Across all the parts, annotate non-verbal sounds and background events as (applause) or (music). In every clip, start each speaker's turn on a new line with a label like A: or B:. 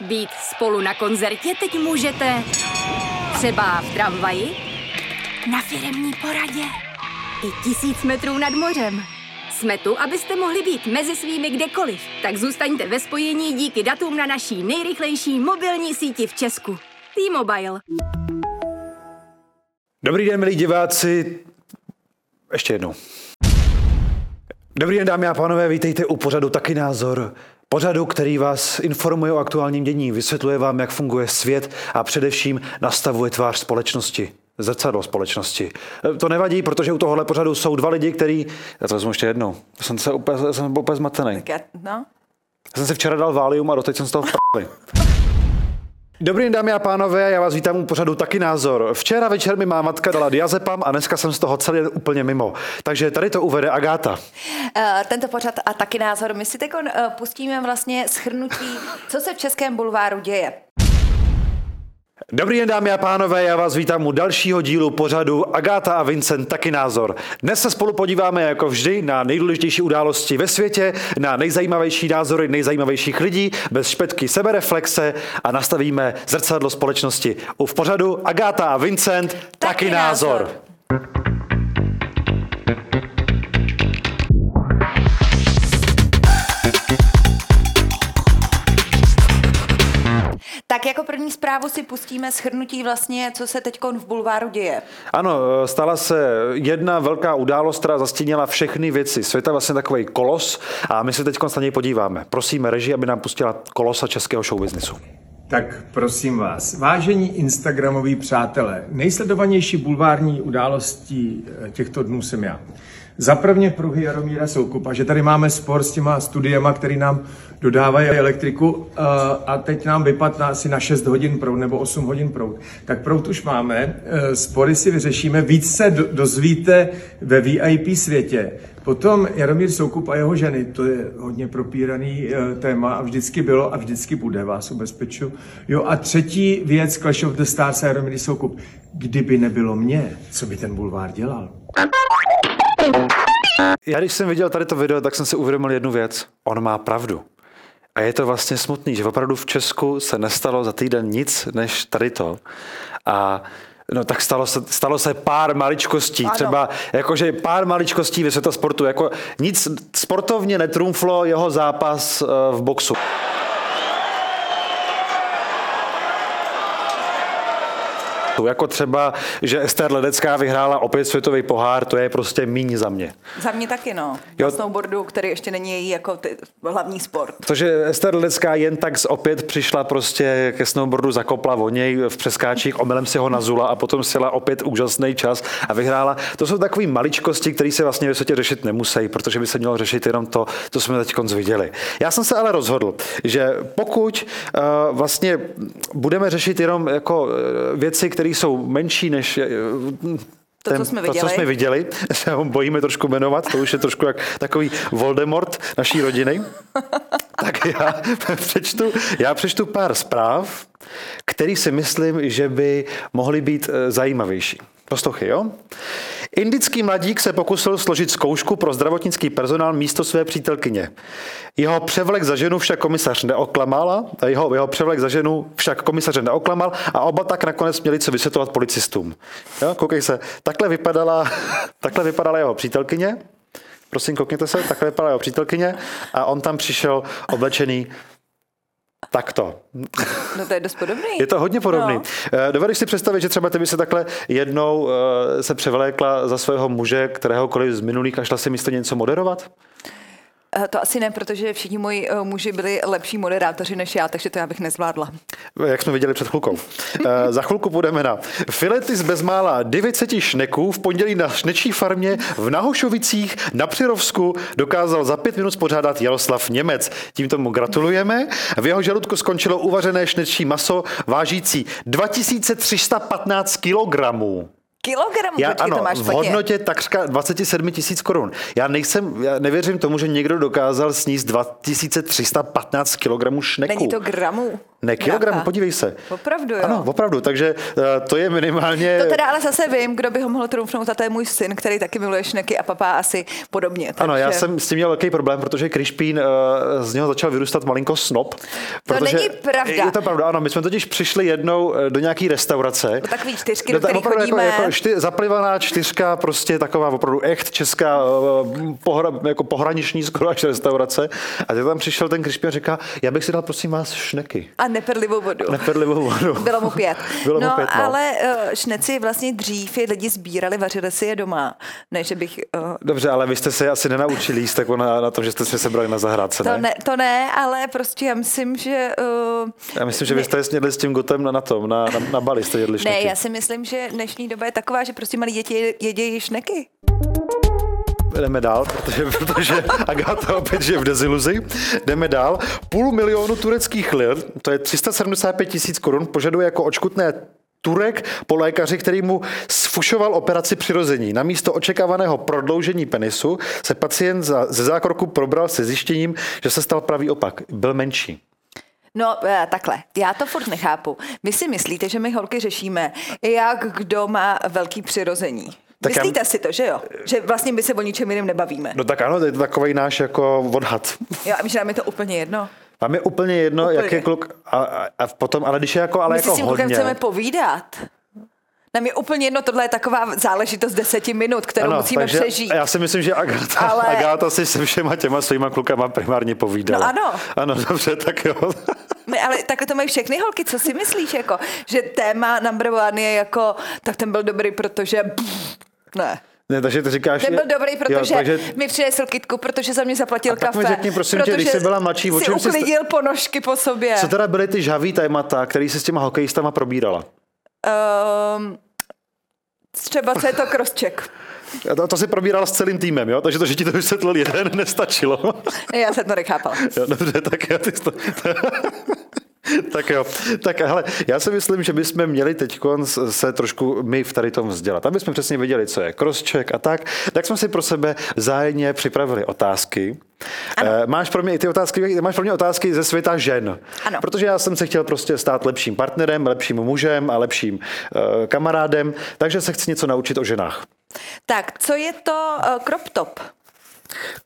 A: Být spolu na koncertě teď můžete. Třeba v tramvaji, na firemní poradě i tisíc metrů nad mořem. Jsme tu, abyste mohli být mezi svými kdekoliv. Tak zůstaňte ve spojení díky datům na naší nejrychlejší mobilní síti v Česku. T-Mobile.
B: Dobrý den, milí diváci. Ještě jednou. Dobrý den, dámy a pánové, vítejte u pořadu Taky názor. Pořadu, který vás informuje o aktuálním dění, vysvětluje vám, jak funguje svět a především nastavuje tvář společnosti. Zrcadlo společnosti. Eh, To nevadí, protože u tohohle pořadu jsou dva lidi, který... Já to vezmu ještě jednou. Jsem se úplně, já jsem byl úplně zmatený.
C: Tak já, no.
B: Já jsem si včera dal Valium a doteď jsem z toho v p***li. Dobrý den, dámy a pánové, já vás vítám u pořadu Taky názor. Včera večer mi má matka dala diazepam a dneska jsem z toho celý den úplně mimo. Takže tady to uvede Agáta.
C: Eh, Tento pořad a taky názor. My si teď eh, pustíme vlastně schrnutí, co se v Českém bulváru děje.
B: Dobrý den, dámy a pánové, já vás vítám u dalšího dílu pořadu Agáta a Vincent taky názor. Dnes se spolu podíváme jako vždy na nejdůležitější události ve světě, na nejzajímavější názory nejzajímavějších lidí, bez špetky sebereflexe a nastavíme zrcadlo společnosti. U v pořadu Agáta a Vincent taky,
C: Taky názor.
B: názor.
C: Tak jako první zprávu si pustíme schrnutí vlastně, co se teď v bulváru děje.
B: Ano, eh, stala se jedna velká událost, která zastínila všechny věci světa, vlastně takový kolos a my se teď na něj podíváme. Prosíme režii, aby nám pustila kolosa českého showbiznisu.
D: Tak prosím vás, vážení Instagramoví přátelé, nejsledovanější bulvární událostí eh, těchto dnů jsem já. Za prvně pruhy Jaromíra Soukupa, že tady máme spor s těma studiema, který nám dodávají elektriku eh, a teď nám vypadne asi na 6 hodin prout nebo 8 hodin prout. Tak prout už máme, eh, spory si vyřešíme, víc se do- dozvíte ve VIP světě. Potom Jaromír Soukup a jeho ženy, to je hodně propíraný eh, téma a vždycky bylo a vždycky bude, vás ubezpeču. Jo a třetí věc, Clash of the Stars a Jaromír Soukup. Kdyby nebylo mě, co by ten bulvár dělal?
B: Já když jsem viděl tady to video, tak jsem si uvědomil jednu věc. On má pravdu. A je to vlastně smutný, že opravdu v Česku se nestalo za týden nic než tady to. A No tak stalo se, stalo se pár maličkostí, ano.
C: Ano.
B: třeba jakože pár maličkostí ve světa sportu, jako nic sportovně netrumflo jeho zápas eh, v boxu. Jako třeba, že Ester Ledecká vyhrála opět světový pohár, to je prostě míň za mě.
C: Za mě taky, no.
B: Jo.
C: Jo. Snowboardu, který ještě není její jako ty, hlavní sport.
B: To, že Ester Ledecká jen tak z opět přišla prostě ke snowboardu, zakopla o něj v přeskáčích, omylem si ho nazula a potom sjela opět úžasný čas a vyhrála. To jsou takové maličkosti, které se vlastně ve světě řešit nemusí, protože by se mělo řešit jenom to, co jsme teď viděli. Já jsem se ale rozhodl, že pokud eh, vlastně budeme řešit jenom jako eh, věci, které jsou menší než eh,
C: To, co jsme
B: to, co
C: viděli.
B: jsme viděli, (laughs) se ho bojíme trošku jmenovat, to už je trošku jak takový Voldemort naší rodiny. (laughs) Tak já přečtu, já přečtu pár zpráv, který si myslím, že by mohly být eh, zajímavější. Poslouchej, jo? Indický mladík se pokusil složit zkoušku pro zdravotnický personál místo své přítelkyně. Jeho převlek za ženu však komisař neoklamala, jeho, jeho převlek za ženu však komisaře neoklamal a oba tak nakonec měli co vysvětlovat policistům. Jo, koukej se, takhle vypadala, (laughs) takhle vypadala jeho přítelkyně, Prosím, koukněte se, takhle vypadala jeho přítelkyně a on tam přišel oblečený takto.
C: No to je dost podobný.
B: Je to hodně podobný. No.
C: No.
B: Dovedeš si představit, že třeba ty by se takhle jednou eh, se převlékla za svého muže, kteréhokoliv z minulých a šla si místo něj něco moderovat?
C: Eh, To asi ne, protože všichni moji eh, muži byli lepší moderátoři než já, takže to já bych nezvládla.
B: Jak jsme viděli před chvilkou. Eh, Za chvilku půjdeme na filety z bezmála 900 šneků v pondělí na šnečí farmě v Nahošovicích na Přirovsku dokázal za pět minut spořádat Jaroslav Němec. Tímto mu gratulujeme. V jeho žaludku skončilo uvařené šnečí maso vážící 2315 kilogramů.
C: Kilogram,
B: Já,
C: počkej,
B: ano,
C: to máš
B: v
C: špatně.
B: hodnotě takřka 27 tisíc korun. Já nejsem, já nevěřím tomu, že někdo dokázal sníst 2315 kilogramů šneků.
C: Není to gramů.
B: Ne kilogramy,
C: Draka.
B: podívej se.
C: Opravdu, jo.
B: Ano, opravdu, takže eh, to je minimálně...
C: To teda ale zase vím, kdo by ho mohl trumfnout, a to je můj syn, který taky miluje šneky a papá asi podobně. Takže...
B: Ano, já jsem s tím měl velký problém, protože Krišpín, eh, z něho začal vyrůstat malinko snob. Protože
C: není pravda.
B: Je to pravda, ano. My jsme totiž přišli jednou eh, do nějaký restaurace.
C: Do takový čtyřky,
B: No,
C: do který
B: opravdu
C: chodíme.
B: Jako, jako čty, zaplivaná čtyřka, prostě taková opravdu echt česká, eh, pohra, jako pohraniční skoro až restaurace. A teď tam přišel ten Krišpín a říká, já bych si dal prosím vás šneky.
C: A neperlivou vodu.
B: Neperlivou vodu.
C: Bylo mu pět.
B: (laughs) Bylo
C: no,
B: mu pět, no.
C: ale eh, šneci vlastně dřív je lidi sbírali, vařili si je doma. Ne, že bych... eh,
B: Dobře, ale vy jste se asi nenaučili jíst jako na, na to, že jste se sebrali na zahrádce,
C: To
B: ne?
C: ne, to ne, ale prostě já myslím, že... eh,
B: Já myslím, že vy jste je snědli s tím gotem na, na tom, na, na, na Bali jste jedli
C: Ne,
B: šneky.
C: já si myslím, že dnešní doba je taková, že prostě malí děti jedějí šneky.
B: Jdeme dál, protože, protože Agáta opět je v deziluzi. Jdeme dál. Půl milionu tureckých lir, to je 375 tisíc korun, požaduje jako očkutné Turek po lékaři, který mu sfušoval operaci přirození. Na místo očekávaného prodloužení penisu se pacient za, ze zákroku probral se zjištěním, že se stal pravý opak. Byl menší.
C: No, eh, takhle, já to furt nechápu. Vy si myslíte, že my holky řešíme, jak kdo má velký přirození.
B: Tak já-
C: Myslíte si to, že jo? Že vlastně my se o ničem jiném nebavíme.
B: No tak ano, to je takový náš jako odhad.
C: Já myslím, že nám je to úplně jedno.
B: Vám je úplně jedno,
C: Úplně.
B: úplně. jak je kluk, a, a, a potom, ale když je jako, ale
C: My si
B: jako
C: s tím klukem
B: hodně.
C: chceme povídat. Nám je úplně jedno, tohle je taková záležitost deseti minut, kterou ano, musíme
B: takže
C: přežít.
B: Já si myslím, že Agáta,
C: Ale-
B: ale... Agáta si se všema těma svýma klukama primárně povídala.
C: No ano.
B: Ano, dobře, tak jo. (laughs)
C: My, ale takhle to mají všechny holky, co si myslíš, jako, že téma number one je jako, tak ten byl dobrý, protože... Pff, ne.
B: Ne, takže ty říkáš...
C: Ten byl
B: že-
C: dobrý, protože
B: Vlastně- Jo, takže
C: mi přinesl kytku, protože za mě zaplatil
B: A tak
C: kafe.
B: mi řekni, prosím tě,
C: protože
B: když jsi byla mladší, o
C: si
B: čem jsi-
C: uklidil ponožky po sobě.
B: co teda byly ty žhavý témata, který se s těma hokejistama probírala?
C: Ehm, třeba co je to krosček.
B: A To, to si probíral s celým týmem, jo? Takže to, že ti to vysvětlil jeden, (laughs) nestačilo.
C: Já jsem to nechápala.
B: Jo, dobře, tak jo, ty jsi to... (laughs) Tak jo, tak hele, já si myslím, že bychom měli teď se trošku my v tady tom vzdělat, aby jsme přesně věděli, co je crosscheck a tak, tak jsme si pro sebe vzájemně připravili otázky. Eh, Máš pro mě i ty otázky, máš pro mě otázky ze světa žen.
C: Ano.
B: Protože já jsem se chtěl prostě stát lepším partnerem, lepším mužem a lepším eh, kamarádem, takže se chci něco naučit o ženách.
C: Tak, co je to eh, crop top?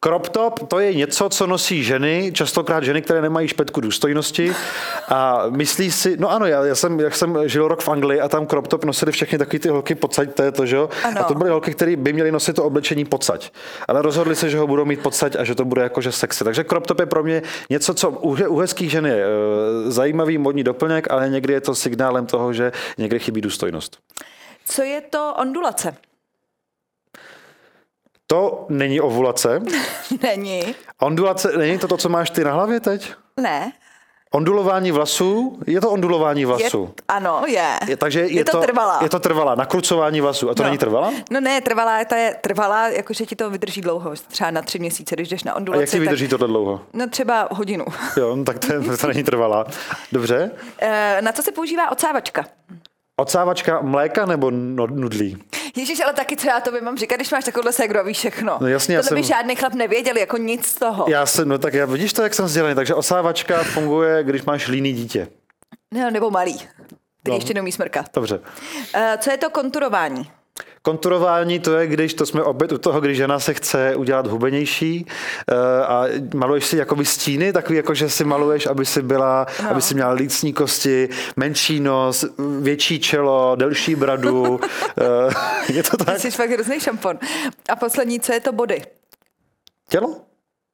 B: Crop top, to je něco, co nosí ženy, častokrát ženy, které nemají špetku důstojnosti a myslí si, no ano, já, já jsem, jak jsem žil rok v Anglii a tam crop top nosili všechny taky ty holky pocať, to je to, že jo?
C: Ano.
B: A to byly holky, které by měly nosit to oblečení pocať. Ale rozhodli se, že ho budou mít pocať a že to bude jakože sexy. Takže crop top je pro mě něco, co u, he- u hezkých žen je eh, zajímavý modní doplněk, ale někdy je to signálem toho, že někde chybí důstojnost.
C: Co je to ondulace? (laughs)
B: To není ovulace.
C: Není.
B: Ondulace, není to to, co máš ty na hlavě teď?
C: Ne.
B: Ondulování vlasů? Je to ondulování
C: Je,
B: vlasů.
C: ano, je.
B: Je, takže je,
C: je to, trvalá.
B: Je to trvalá, nakrucování vlasů. A to no. není trvalá?
C: No ne, trvalá, ta je trvalá, jakože ti to vydrží dlouho, třeba na tři měsíce, když jdeš na
B: A
C: ondulaci.
B: jak ti vydrží
C: Tak,
B: tohle dlouho?
C: no třeba hodinu. (laughs)
B: Jo, no tak to, je- to není trvalá. Dobře.
C: Eh, na co se používá odsávačka?
B: Odsávačka mléka nebo no- nudlí?
C: Ježíš, ale taky, co já to mám říkat, když máš takovouhle ségru a víš všechno.
B: No jasně, já
C: Tohle by
B: jsem-
C: žádný chlap nevěděl, jako nic z toho.
B: Já jsem, no tak já, vidíš to, jak jsem vzdělaný. Takže osávačka funguje, když máš líný dítě.
C: No, nebo malý. Ty
B: No.
C: ještě neumí smrkat.
B: Dobře.
C: Eh, co je to konturování?
B: Konturování to je, když to jsme opět u toho, když žena se chce udělat hubenější eh, a maluješ si jakoby stíny, takový jako, že si maluješ, aby si byla, no. aby si měla lícní kosti, menší nos, větší čelo, delší
C: (laughs)
B: bradu. eh, je to
C: Ty
B: tak?
C: jsi fakt hrozný šampon. A poslední, co je to body?
B: Tělo?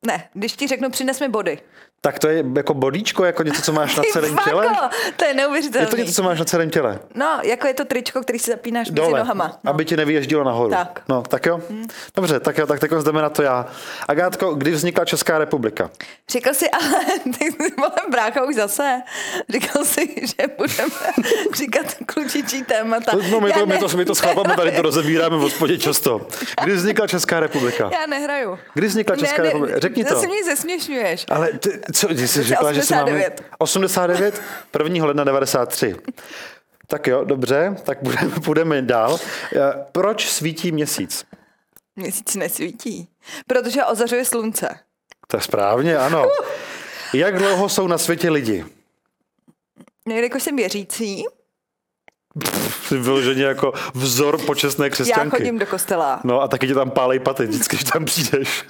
C: Ne, když ti řeknu, přines mi body.
B: Tak to je jako bodíčko, jako něco, co máš na
C: Ty
B: celém
C: fako,
B: těle?
C: To je
B: Je
C: neuvěřitelné.
B: to něco, co máš na celém těle?
C: No, jako je to tričko, který si zapínáš mezi
B: Dole,
C: nohama. No.
B: aby ti nevyježdilo nahoru.
C: Tak. Hmm.
B: No, tak jo? Dobře, tak jo, tak teď jdeme na to já. Agátko, kdy vznikla Česká republika?
C: Říkal si, ale (laughs) ty jsi, vole brácha už zase. Říkal si, že budeme (laughs) říkat klučičí témata.
B: To, no, my,
C: Já
B: to, my,
C: ne-
B: to, my to s chlapama tady to rozebíráme v hospodě často. Kdy vznikla Česká republika?
C: Já nehraju.
B: Kdy vznikla Česká republika? Řekni to.
C: Zase mě zesměšňuješ.
B: Ale ty, co, ty jsi řekla, že si máme...
C: 89.
B: 89. 1. ledna 93. Tak jo, dobře, tak budeme, půjdeme dál. Eh, Proč svítí měsíc?
C: Měsíc nesvítí, protože ozařuje slunce. Uh.
B: To je správně, ano. Jak dlouho jsou na světě lidi?
C: Jelikož jsem věřící,
B: Jsi vyloženě jako vzor počestné
C: já
B: křesťanky.
C: chodím do kostela.
B: No a taky tě tam pálej paty, vždycky, když tam přijdeš.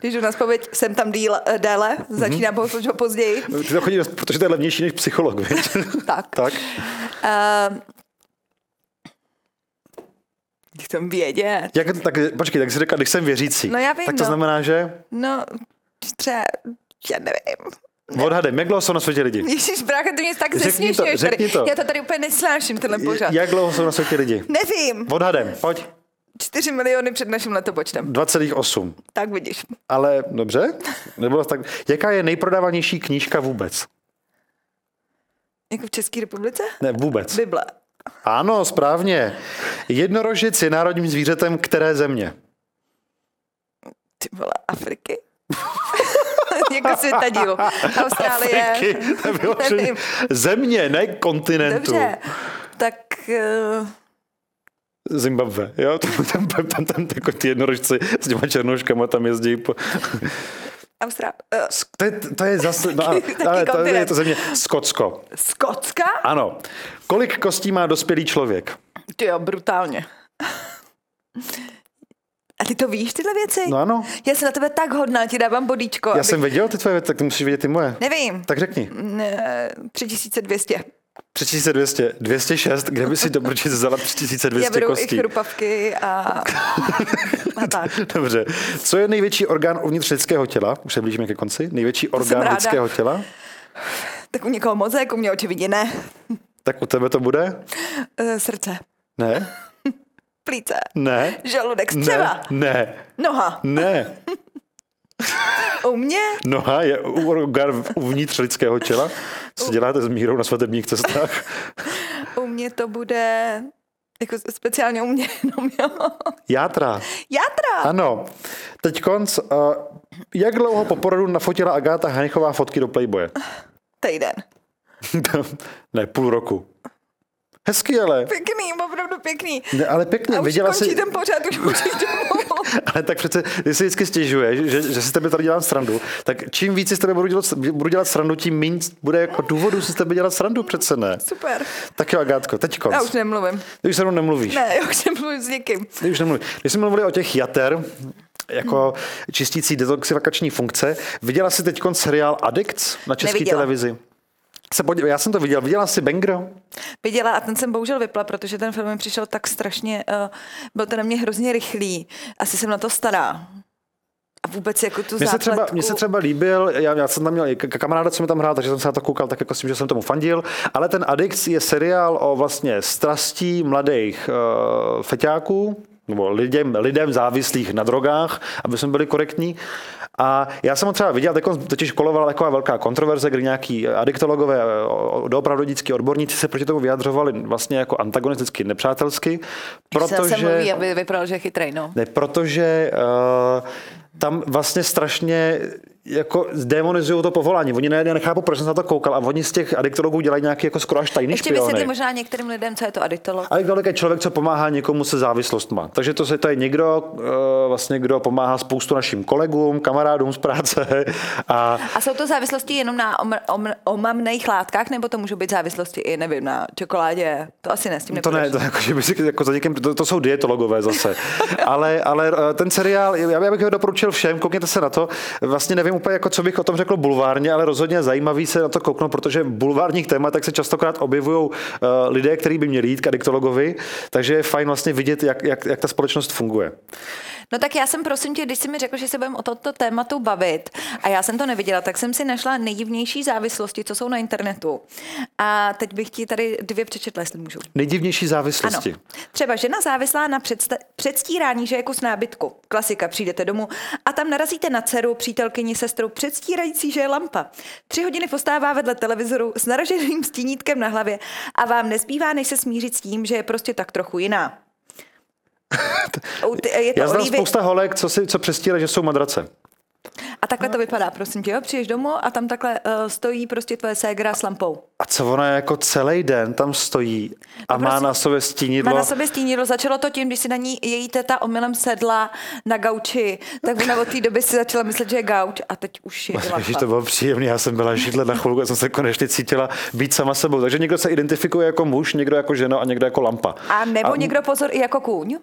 C: Když jdu na spověď, jsem tam díl, eh, déle,
B: Mhm.
C: začínám mm-hmm. později.
B: Ty tam chodíš, protože to je levnější než psycholog, (laughs) víš?
C: Tak.
B: tak.
C: Uh, jsem vědět.
B: Jak, tak, počkej, tak jsi řekla, když jsem věřící.
C: No já vím,
B: tak to
C: no.
B: znamená, že
C: No, třeba, já nevím.
B: odhadem, jak dlouho jsou na světě lidi?
C: Ježíš, brácha, ty mě tak
B: Řekni
C: zesměšňuješ
B: to, řekni
C: tady.
B: to.
C: Já to tady úplně nesnáším, tenhle pořad.
B: Jak dlouho jsou na světě lidi?
C: Nevím,
B: Odhadem, pojď.
C: 4 miliony před naším letopočtem.
B: 2,8.
C: Tak vidíš.
B: Ale dobře, nebylo tak. Jaká je nejprodávanější knížka vůbec?
C: Jako v České republice?
B: Ne, vůbec.
C: Bible.
B: Ano, správně. Jednorožec je národním zvířetem které země?
C: Ty vole, Afriky? (laughs) jako světa dílu. Austrálie.
B: Afriky, to je vyloženě-
C: Nevím.
B: Země, ne kontinentu.
C: Dobře. Tak eh,
B: Zimbabwe, jo? Tam, tam, tam, tam jako ty jednorožci s těma černoškama tam jezdí po...
C: Austrá... eh,
B: To je, to je zase... No, ale,
C: Taky
B: ale to je
C: kontinent.
B: to země. Skotsko.
C: Skotska?
B: Ano. Kolik kostí má dospělý člověk?
C: Ty jo, brutálně. A ty to víš, tyhle věci?
B: No ano.
C: Já jsem na tebe tak hodná, ti dávám bodíčko.
B: Já jsem věděl ty tvoje, tak ty musíš vědět ty moje.
C: Nevím. Mm, eh,
B: Tak řekni.
C: Ne, 3200.
B: 3200, 206, kde by si dobročit vzala
C: Já
B: 3200
C: beru i
B: kostí?
C: chrupavky a,
B: (laughs)
C: a tak.
B: Dobře. Co je největší orgán uvnitř lidského těla? Už se blížíme ke konci. Největší
C: jsem
B: orgán
C: ráda.
B: lidského těla?
C: Tak u někoho mozek, u mě očividně ne.
B: Tak u tebe to bude?
C: Eh, Srdce,
B: Ne?
C: plíce,
B: Ne?
C: žaludek,
B: Ne?
C: střeva,
B: Ne?
C: noha.
B: Ne?
C: U mě
B: Noha je u- orgán uvnitř lidského těla? Co děláte s mírou na svatebních cestách?
C: U mě to bude jako speciálně u mě (laughs) jenom jo.
B: Játra.
C: Játra!
B: Ano. Teď konc. Uh, jak dlouho po porodu nafotila Agáta Hanichová fotky do Playboye? (laughs)
C: Týden.
B: ne, půl roku. Hezky, ale.
C: Pěkný, opravdu pěkný.
B: Ne, ale pěkně.
C: A už
B: Viděla
C: končí
B: jsi,
C: ten pořád, už můžeš domů.
B: (laughs) Ale tak přece, ty si vždycky stěžuje, že, že, že si s tebe tady dělám srandu. Tak čím víc si s tebe budu dělat, budu dělat srandu, tím méně bude jako důvodu si s tebe dělat srandu, přece ne.
C: Super.
B: Tak jo, Agátko, teď konc.
C: Já už nemluvím.
B: Ty už se mnou nemluvíš.
C: Ne, já už nemluvím s někým.
B: Ty už nemluvíš. Když jsme mluvili o těch jater, jako čistící detoxifikační funkce, viděla jsi teď seriál Addicts na české
C: Neviděla.
B: televizi? Se podí... Já jsem to viděl. Viděla jsi Bengro?
C: Viděla a ten jsem bohužel vypla, protože ten film mi přišel tak strašně, uh, byl to na mě hrozně rychlý. Asi jsem na to stará. A vůbec jako tu
B: Mně se,
C: základku.
B: třeba, mně se třeba líbil, já, já jsem tam měl i k- kamaráda, co mi tam hrál, takže jsem se na to koukal tak jako s tím, že jsem tomu fandil, ale ten Addicts je seriál o vlastně strastí mladých uh, feťáků, nebo lidem, lidem závislých na drogách, aby jsme byli korektní. A já jsem ho třeba viděl, teď totiž kolovala taková velká kontroverze, kdy nějaký adiktologové, eh, o- o- doopravdodický odborníci se proti tomu vyjadřovali vlastně jako antagonisticky, nepřátelsky,
C: Protože...
B: protože...
C: Se mluví, aby vypadal, že je chytrej, no.
B: Ne, protože uh, tam vlastně strašně jako zdemonizují to povolání. Oni ne, já nechápu, proč jsem se na to koukal a oni z těch adiktologů dělají nějaký jako skoro až tajný
C: Ještě vysvětli
B: špiony.
C: možná některým lidem, co je to aditolog.
B: Adiktolog je člověk, co pomáhá někomu se závislostma. Takže to, se, to je někdo, uh, vlastně, kdo pomáhá spoustu našim kolegům, kamarádům z práce (laughs) a
C: A jsou to závislosti jenom na om, om, omamných látkách, nebo to můžou být závislosti i, nevím, na čokoládě? To asi ne, s tím
B: To ne,
C: nepůjdeš.
B: to, jako, že by si, jako za někým, to, to jsou dietologové
C: (laughs)
B: zase. ale, ale eh, ten seriál, já já bych ho doporučil všem, koukněte se na to. Vlastně nevím úplně, jako, co bych o tom řekl bulvárně, ale rozhodně je zajímavý se na to kouknout, protože v bulvárních tématech se častokrát objevují eh, lidé, kteří by měli jít k adiktologovi, takže je fajn vlastně vidět, jak, jak, jak ta společnost funguje.
C: No tak já jsem, prosím tě, když jsi mi řekl, že se budeme o tomto tématu bavit a já jsem to neviděla, tak jsem si našla nejdivnější závislosti, co jsou na internetu. A teď bych ti tady dvě přečetla, jestli můžu.
B: Nejdivnější závislosti.
C: Ano. Třeba žena závislá na předsta- předstírání, že je kus nábytku. Klasika, přijdete domů a tam narazíte na dceru, přítelkyni, sestru, předstírající, že je lampa. Tři hodiny postává vedle televizoru s naraženým stínítkem na hlavě a vám nezbývá, než se smířit s tím, že je prostě tak trochu jiná. U- t- Je to
B: Já znám
C: Olivy-
B: spousta holek, co, si, co přestírají, že jsou madrace.
C: A takhle to vypadá, prosím tě, jo? Přijdeš domů a tam takhle uh, stojí prostě tvoje ségra s lampou.
B: A co ona jako celý den tam stojí a
C: No
B: má
C: prosím,
B: na sobě
C: Má
B: stínidlo?
C: na sobě stínidlo. Začalo to tím, když si na ní její teta omylem sedla na gauči, tak ona od té doby si začala myslet, že je gauč a teď už je i
B: Ježiš,
C: lampa.
B: to bylo příjemné, já jsem byla židle na chvilku a jsem se konečně cítila být sama sebou. Takže někdo se identifikuje jako muž, někdo jako žena a někdo jako lampa.
C: A nebo a... někdo pozor i jako kůň.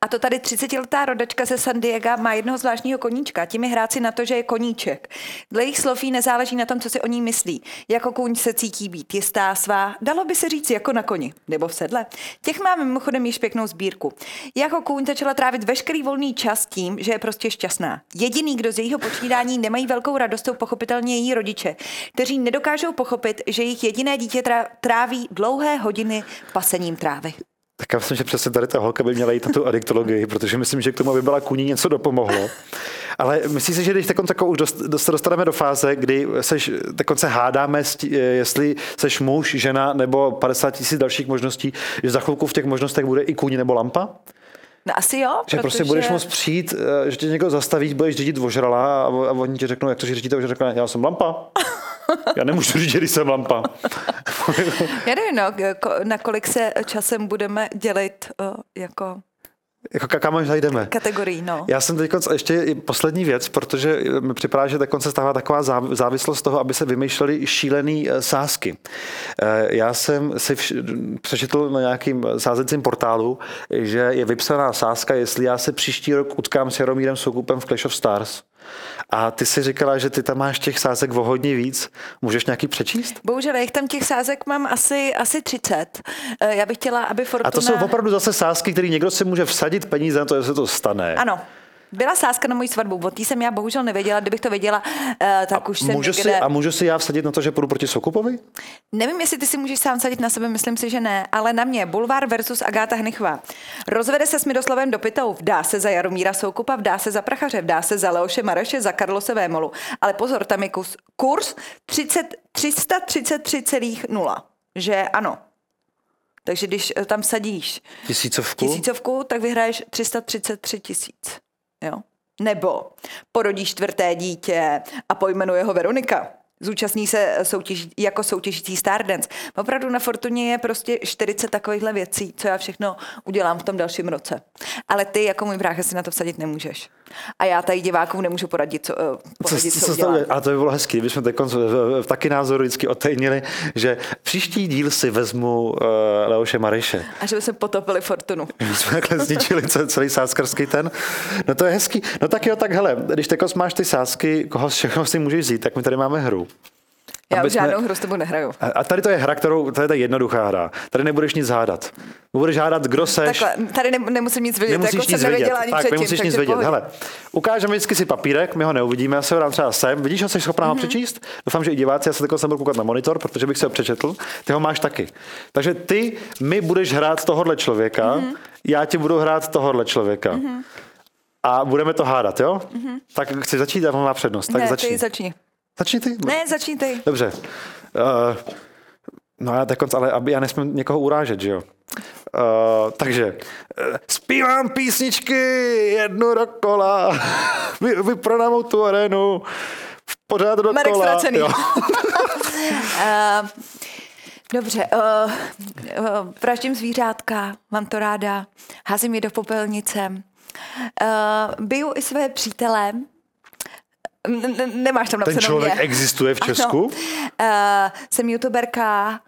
C: A to tady 30-letá rodačka ze San Diego má jednoho zvláštního koníčka. Tím je hráci na to, že je koníček. Dle jejich slov jí nezáleží na tom, co si o ní myslí. Jako kůň se cítí být jistá svá, dalo by se říct jako na koni, nebo v sedle. Těch má mimochodem již pěknou sbírku. Jako kůň začala trávit veškerý volný čas tím, že je prostě šťastná. Jediný, kdo z jejího počínání nemají velkou radost, jsou pochopitelně její rodiče, kteří nedokážou pochopit, že jejich jediné dítě tra- tráví dlouhé hodiny pasením trávy.
B: Tak já myslím, že přesně tady ta holka by měla jít na tu adiktologii, protože myslím, že k tomu, aby byla kůní, něco dopomohlo. Ale myslím si, že když takon, takovou už dost, dost, dostaneme do fáze, kdy seš, takon se hádáme, s tí- eh, jestli seš muž, žena nebo 50 tisíc dalších možností, že za chvilku v těch možnostech bude i kůň nebo lampa?
C: No asi jo,
B: Že prostě budeš moc přijít, eh, že tě někdo zastaví, budeš řídit ožrala a, a oni ti řeknou, jak to, že řídíte ožrala, řekne, já jsem lampa. Já nemůžu řídit, když jsem lampa. (laughs)
C: Já nevím, no, ko- nakolik se časem budeme dělit uh, jako
B: jako ka- kam až zajdeme.
C: kategorii, no.
B: Já jsem teď ještě i poslední věc, protože mi připadá, že takon se stává taková zá- závislost toho, aby se vymýšlely šílený eh, sázky. Eh, Já jsem si vš- přečetl na nějakým sázecím portálu, že je vypsaná sázka, jestli já se příští rok utkám s Jaromírem Soukupem v Clash of Stars. A ty si říkala, že ty tam máš těch sázek o hodně víc. Můžeš nějaký přečíst?
C: Bohužel, jak tam těch sázek mám asi, asi 30. Eh, Já bych chtěla, aby Fortuna...
B: A to jsou opravdu zase sázky, které někdo si může vsadit peníze na to, že se to stane.
C: Ano. Byla sázka na moji svatbu, o té jsem já bohužel nevěděla, kdybych to věděla, eh, tak už jsem
B: Můžu
C: někde...
B: si, a můžu si já vsadit na to, že půjdu proti Soukupovi?
C: Nevím, jestli ty si můžeš sám sadit na sebe, myslím si, že ne, ale na mě. Bulvár versus Agáta Hnychová. Rozvede se s Miroslavem Dopitou, vdá se za Jaromíra Soukupa, vdá se za Prachaře, vdá se za Leoše Mareše, za Karlose Vémolu. Ale pozor, tam je kus, kurz 30, 333,0. Že ano. Takže když eh, tam sadíš
B: Tisícovku?
C: tisícovku, tak vyhraješ 333 tisíc. Jo? Nebo porodíš čtvrté dítě a pojmenuje ho Veronika. Zúčastní se soutěž, jako soutěžící Stardance. Opravdu na Fortuně je prostě 40 takovýchhle věcí, co já všechno udělám v tom dalším roce. Ale ty jako můj brácha si na to vsadit nemůžeš. A já tady divákům nemůžu poradit, co,
B: Co,
C: eh, poradit, co,
B: co, co
C: udělám.
B: a to by bylo hezký, kdybychom teď taky názoru vždycky otejnili, že příští díl si vezmu uh, Leoše Mareše.
C: A že by se potopili Fortunu.
B: (laughs) My jsme takhle zničili ce- celý sáskarský ten. No to je hezký. No tak jo, tak hele, když teď máš ty sásky, koho všechno si můžeš vzít, tak my tady máme hru.
C: Já
B: Aby
C: už
B: jsme-
C: žádnou hru s tebou nehraju.
B: A- A tady to je hra, kterou, to je ta jednoduchá hra. Tady nebudeš nic hádat. Budeš hádat, kdo seš,
C: Takhle, tady ne, nemusím nic vidět,
B: Nemusíš
C: jako
B: nic
C: jsem
B: vědět.
C: nevěděla ani
B: tak,
C: předtím.
B: nemusíš nic
C: takže
B: vědět.
C: pohodě.
B: Hele, ukážeme vždycky si papírek, my ho neuvidíme, já se ho dám třeba sem. Vidíš, ho jsi schopná
C: Mhm.
B: ho přečíst? Doufám, že i diváci, já se takhle sem budu koukat na monitor, protože bych se ho přečetl. Ty ho máš taky. Takže ty mi budeš hrát tohohle člověka,
C: Mhm.
B: já ti budu hrát tohohle člověka. A budeme to hádat, jo? Tak chci začít, já mám má přednost. Tak
C: Mhm. ne,
B: začni.
C: ty začni.
B: začni ty.
C: Ne, začni ty.
B: Dobře. Uh, no já dokonce, ale aby já nesmím někoho urážet, že jo? Uh, takže uh, zpívám písničky jednu dokola, (laughs) vy, vyprodám tu arenu, pořád dokola.
C: Marek ztracený. (laughs)
B: Jo.
C: Uh, dobře, uh, uh, vraždím zvířátka, mám to ráda, házím je do popelnice, uh, biju i své přítele, N- n- nemáš tam
B: Ten
C: napsanou
B: člověk
C: mě.
B: existuje v Česku?
C: Ano. Uh, jsem youtuberka.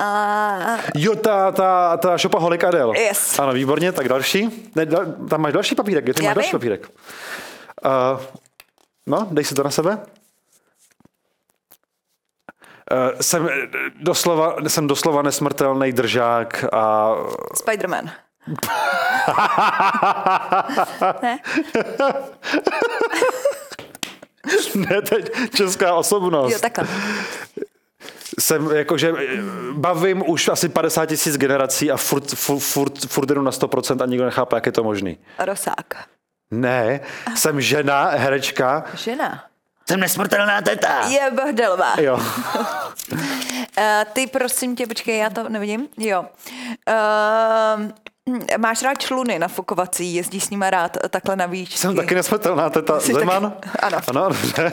C: Uh,
B: Jo, ta, ta, ta šopaholik Adel.
C: Yes.
B: Ano, výborně, tak další. Ne, da, tam máš další papírek, kde ty
C: Já
B: máš další
C: vím.
B: papírek. Uh, no, dej si to na sebe. Uh, jsem, eh, doslova, jsem doslova nesmrtelný držák a... (laughs)
C: Spiderman. ne?
B: ne, teď česká osobnost.
C: Jo, takhle.
B: Jsem jakože eh, bavím už asi 50 tisíc generací a furt, furt, furt, furt jdu na 100% a nikdo nechápe, jak je to možný.
C: Rosák.
B: Ne, jsem žena, herečka.
C: Žena.
B: Jsem nesmrtelná teta.
C: Je Bohdelová.
B: Jo.
C: Eh, Uh, ty prosím tě, počkej, já to nevidím. Jo. Uh, Hm, Máš rád čluny nafukovací, jezdíš s nima rád eh, takhle na výšky.
B: Jsem taky nesmrtelná teta
C: Jsi taky-
B: Zeman.
C: ano.
B: Ano, dobře.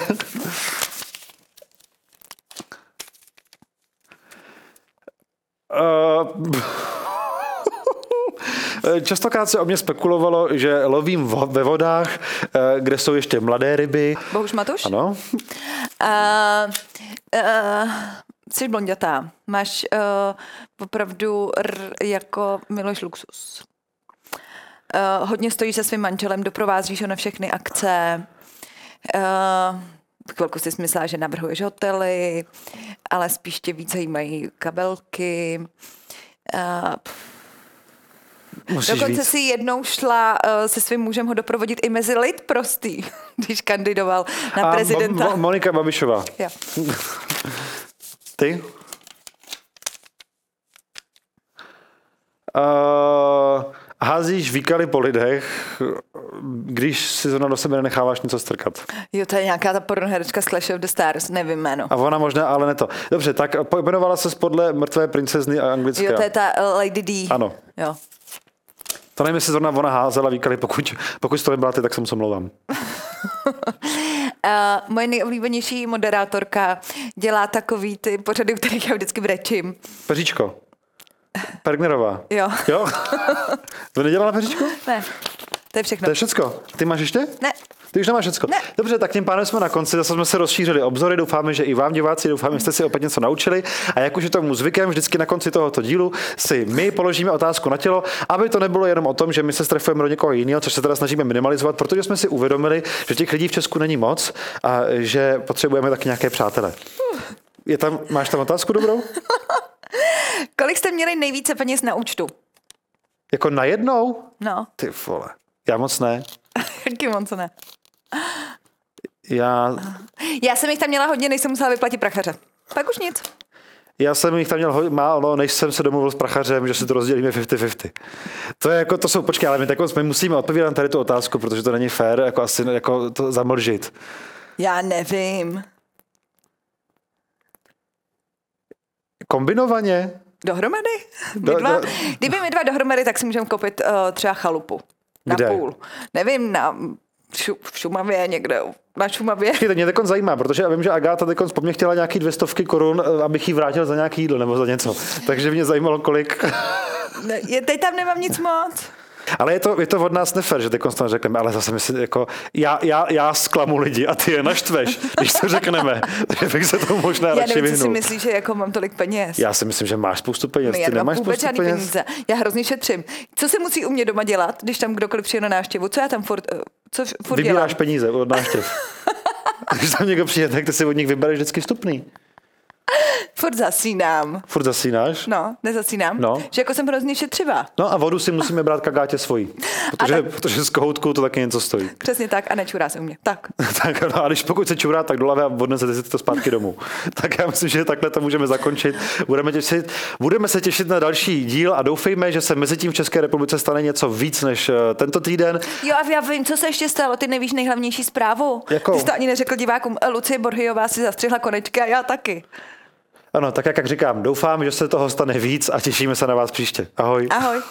B: Eh, Častokrát se o mě spekulovalo, že lovím vo- ve vodách, eh, kde jsou ještě mladé ryby.
C: Bohuž Matuš?
B: Ano,
C: Uh, uh, jsi blondětá. Máš uh, opravdu r, jako Miloš Luxus. Uh, hodně stojíš se svým manželem, doprovázíš ho na všechny akce. Uh, chvilku jsi myslela, že navrhuješ hotely, ale spíš tě víc zajímají kabelky. Uh,
B: musíš
C: Dokonce
B: víc.
C: si jednou šla uh, se svým mužem ho doprovodit i mezi lid prostý, (laughs) když kandidoval na
B: A
C: prezidenta.
B: Mo- Mo- Monika Babišová,
C: Jo.
B: ty? Uh, házíš výkaly po lidech, když si zrovna do sebe nenecháváš něco strkat.
C: Jo, to je nějaká ta pornoherečka z Clash of the Stars, nevím jméno.
B: A ona možná, ale ne to. Dobře, tak pojmenovala se podle mrtvé princezny a anglické.
C: Jo, to je ta eh, Lady D.
B: Ano.
C: Jo.
B: To nevím, jestli zrovna ona házela výkaly, pokud, pokud to nebyla ty, tak jsem se mluvám.
C: Uh, moje nejoblíbenější moderátorka dělá takový ty pořady, u kterých já vždycky brečím.
B: Peříčko. Pergnerová.
C: Jo.
B: Jo? to nedělala Peříčko?
C: Ne, to je všechno.
B: To je všecko. Ty máš ještě?
C: Ne.
B: Ty už nemáš všecko.
C: Ne.
B: Dobře, tak tím pádem jsme na konci, zase jsme se rozšířili obzory, doufáme, že i vám diváci, doufáme, že jste si opět něco naučili. A jak už je tomu zvykem, vždycky na konci tohoto dílu si my položíme otázku na tělo, aby to nebylo jenom o tom, že my se strefujeme do někoho jiného, což se teda snažíme minimalizovat, protože jsme si uvědomili, že těch lidí v Česku není moc a že potřebujeme taky nějaké přátele. Je tam, máš tam otázku dobrou?
C: Kolik jste měli nejvíce peněz na účtu?
B: Jako najednou?
C: No, (laughs)
B: Ty vole. Já moc ne.
C: taky moc ne.
B: Já,
C: Já jsem jich tam měla hodně, než jsem musela vyplatit prachaře. Pak už nic.
B: Já jsem jich tam měl ho- málo, než jsem se domluvil s prachařem, že si to rozdělíme 50-50. To je jako, to jsou, počkej, ale my, tak, my musíme odpovědět na tady tu otázku, protože to není fér, jako asi jako to zamlžit.
C: Já nevím.
B: Kombinovaně?
C: Dohromady?
B: Do-
C: Do, dva,
B: do-
C: do... Kdyby my dva dohromady, tak si můžeme koupit uh, třeba chalupu. Na
B: Kde?
C: půl. Nevím, na šu, v Šumavě někde. Na Šumavě.
B: Počkej, to mě teď zajímá, protože já vím, že Agáta teď po mně chtěla nějaký 200 korun, eh, abych jí vrátil za nějaký jídlo nebo za něco. Takže mě zajímalo, kolik. (laughs)
C: Ne, je, teď tam nemám nic moc.
B: Ale je to, je to od nás nefér, že teď to řekneme, ale zase my si jako, já, já, já zklamu lidi a ty je naštveš, když to řekneme. (laughs) Takže bych se tomu možná
C: Já
B: radši
C: nevím, co si
B: vyhnul.
C: myslíš, že jako mám tolik peněz.
B: Já si myslím, že máš spoustu peněz.
C: No, já
B: ty
C: nemám
B: nemáš
C: vůbec
B: spoustu
C: žádný
B: peněz.
C: peníze. Já hrozně šetřím. Co se musí u mě doma dělat, když tam kdokoliv přijde na návštěvu? Co já tam furt, eh, co f- furt dělám?
B: Vybíráš peníze od
C: (laughs)
B: návštěv. Když tam někdo přijde, tak ty si od nich vybereš vždycky vstupný.
C: Furt zasínám.
B: Furt zasínáš.
C: No, nezasínám.
B: No.
C: Že jako jsem hrozně šetřivá.
B: No a vodu si musíme brát kagátě
C: (laughs)
B: svojí, protože, protože z kohoutku to taky něco stojí. (laughs)
C: Přesně tak a nečurá se u mě. Tak.
B: tak ano, a když pokud se čurá, tak dolave a odnesete si to zpátky domů.
C: (laughs)
B: tak já myslím, že takhle to můžeme zakončit. Budeme, těšit, budeme se těšit na další díl a doufejme, že se mezi tím v České republice stane něco víc než eh, tento týden.
C: Jo a já vím, co se ještě stalo, ty nevíš nejhlavnější zprávu.
B: Jakou?
C: Ty jsi to ani neřekl divákům. Eh, Lucie Borhyová si zastřihla konečky a já taky.
B: Ano, tak jak, jak říkám, doufám, že se toho stane víc a těšíme se na vás příště. Ahoj.
C: Ahoj.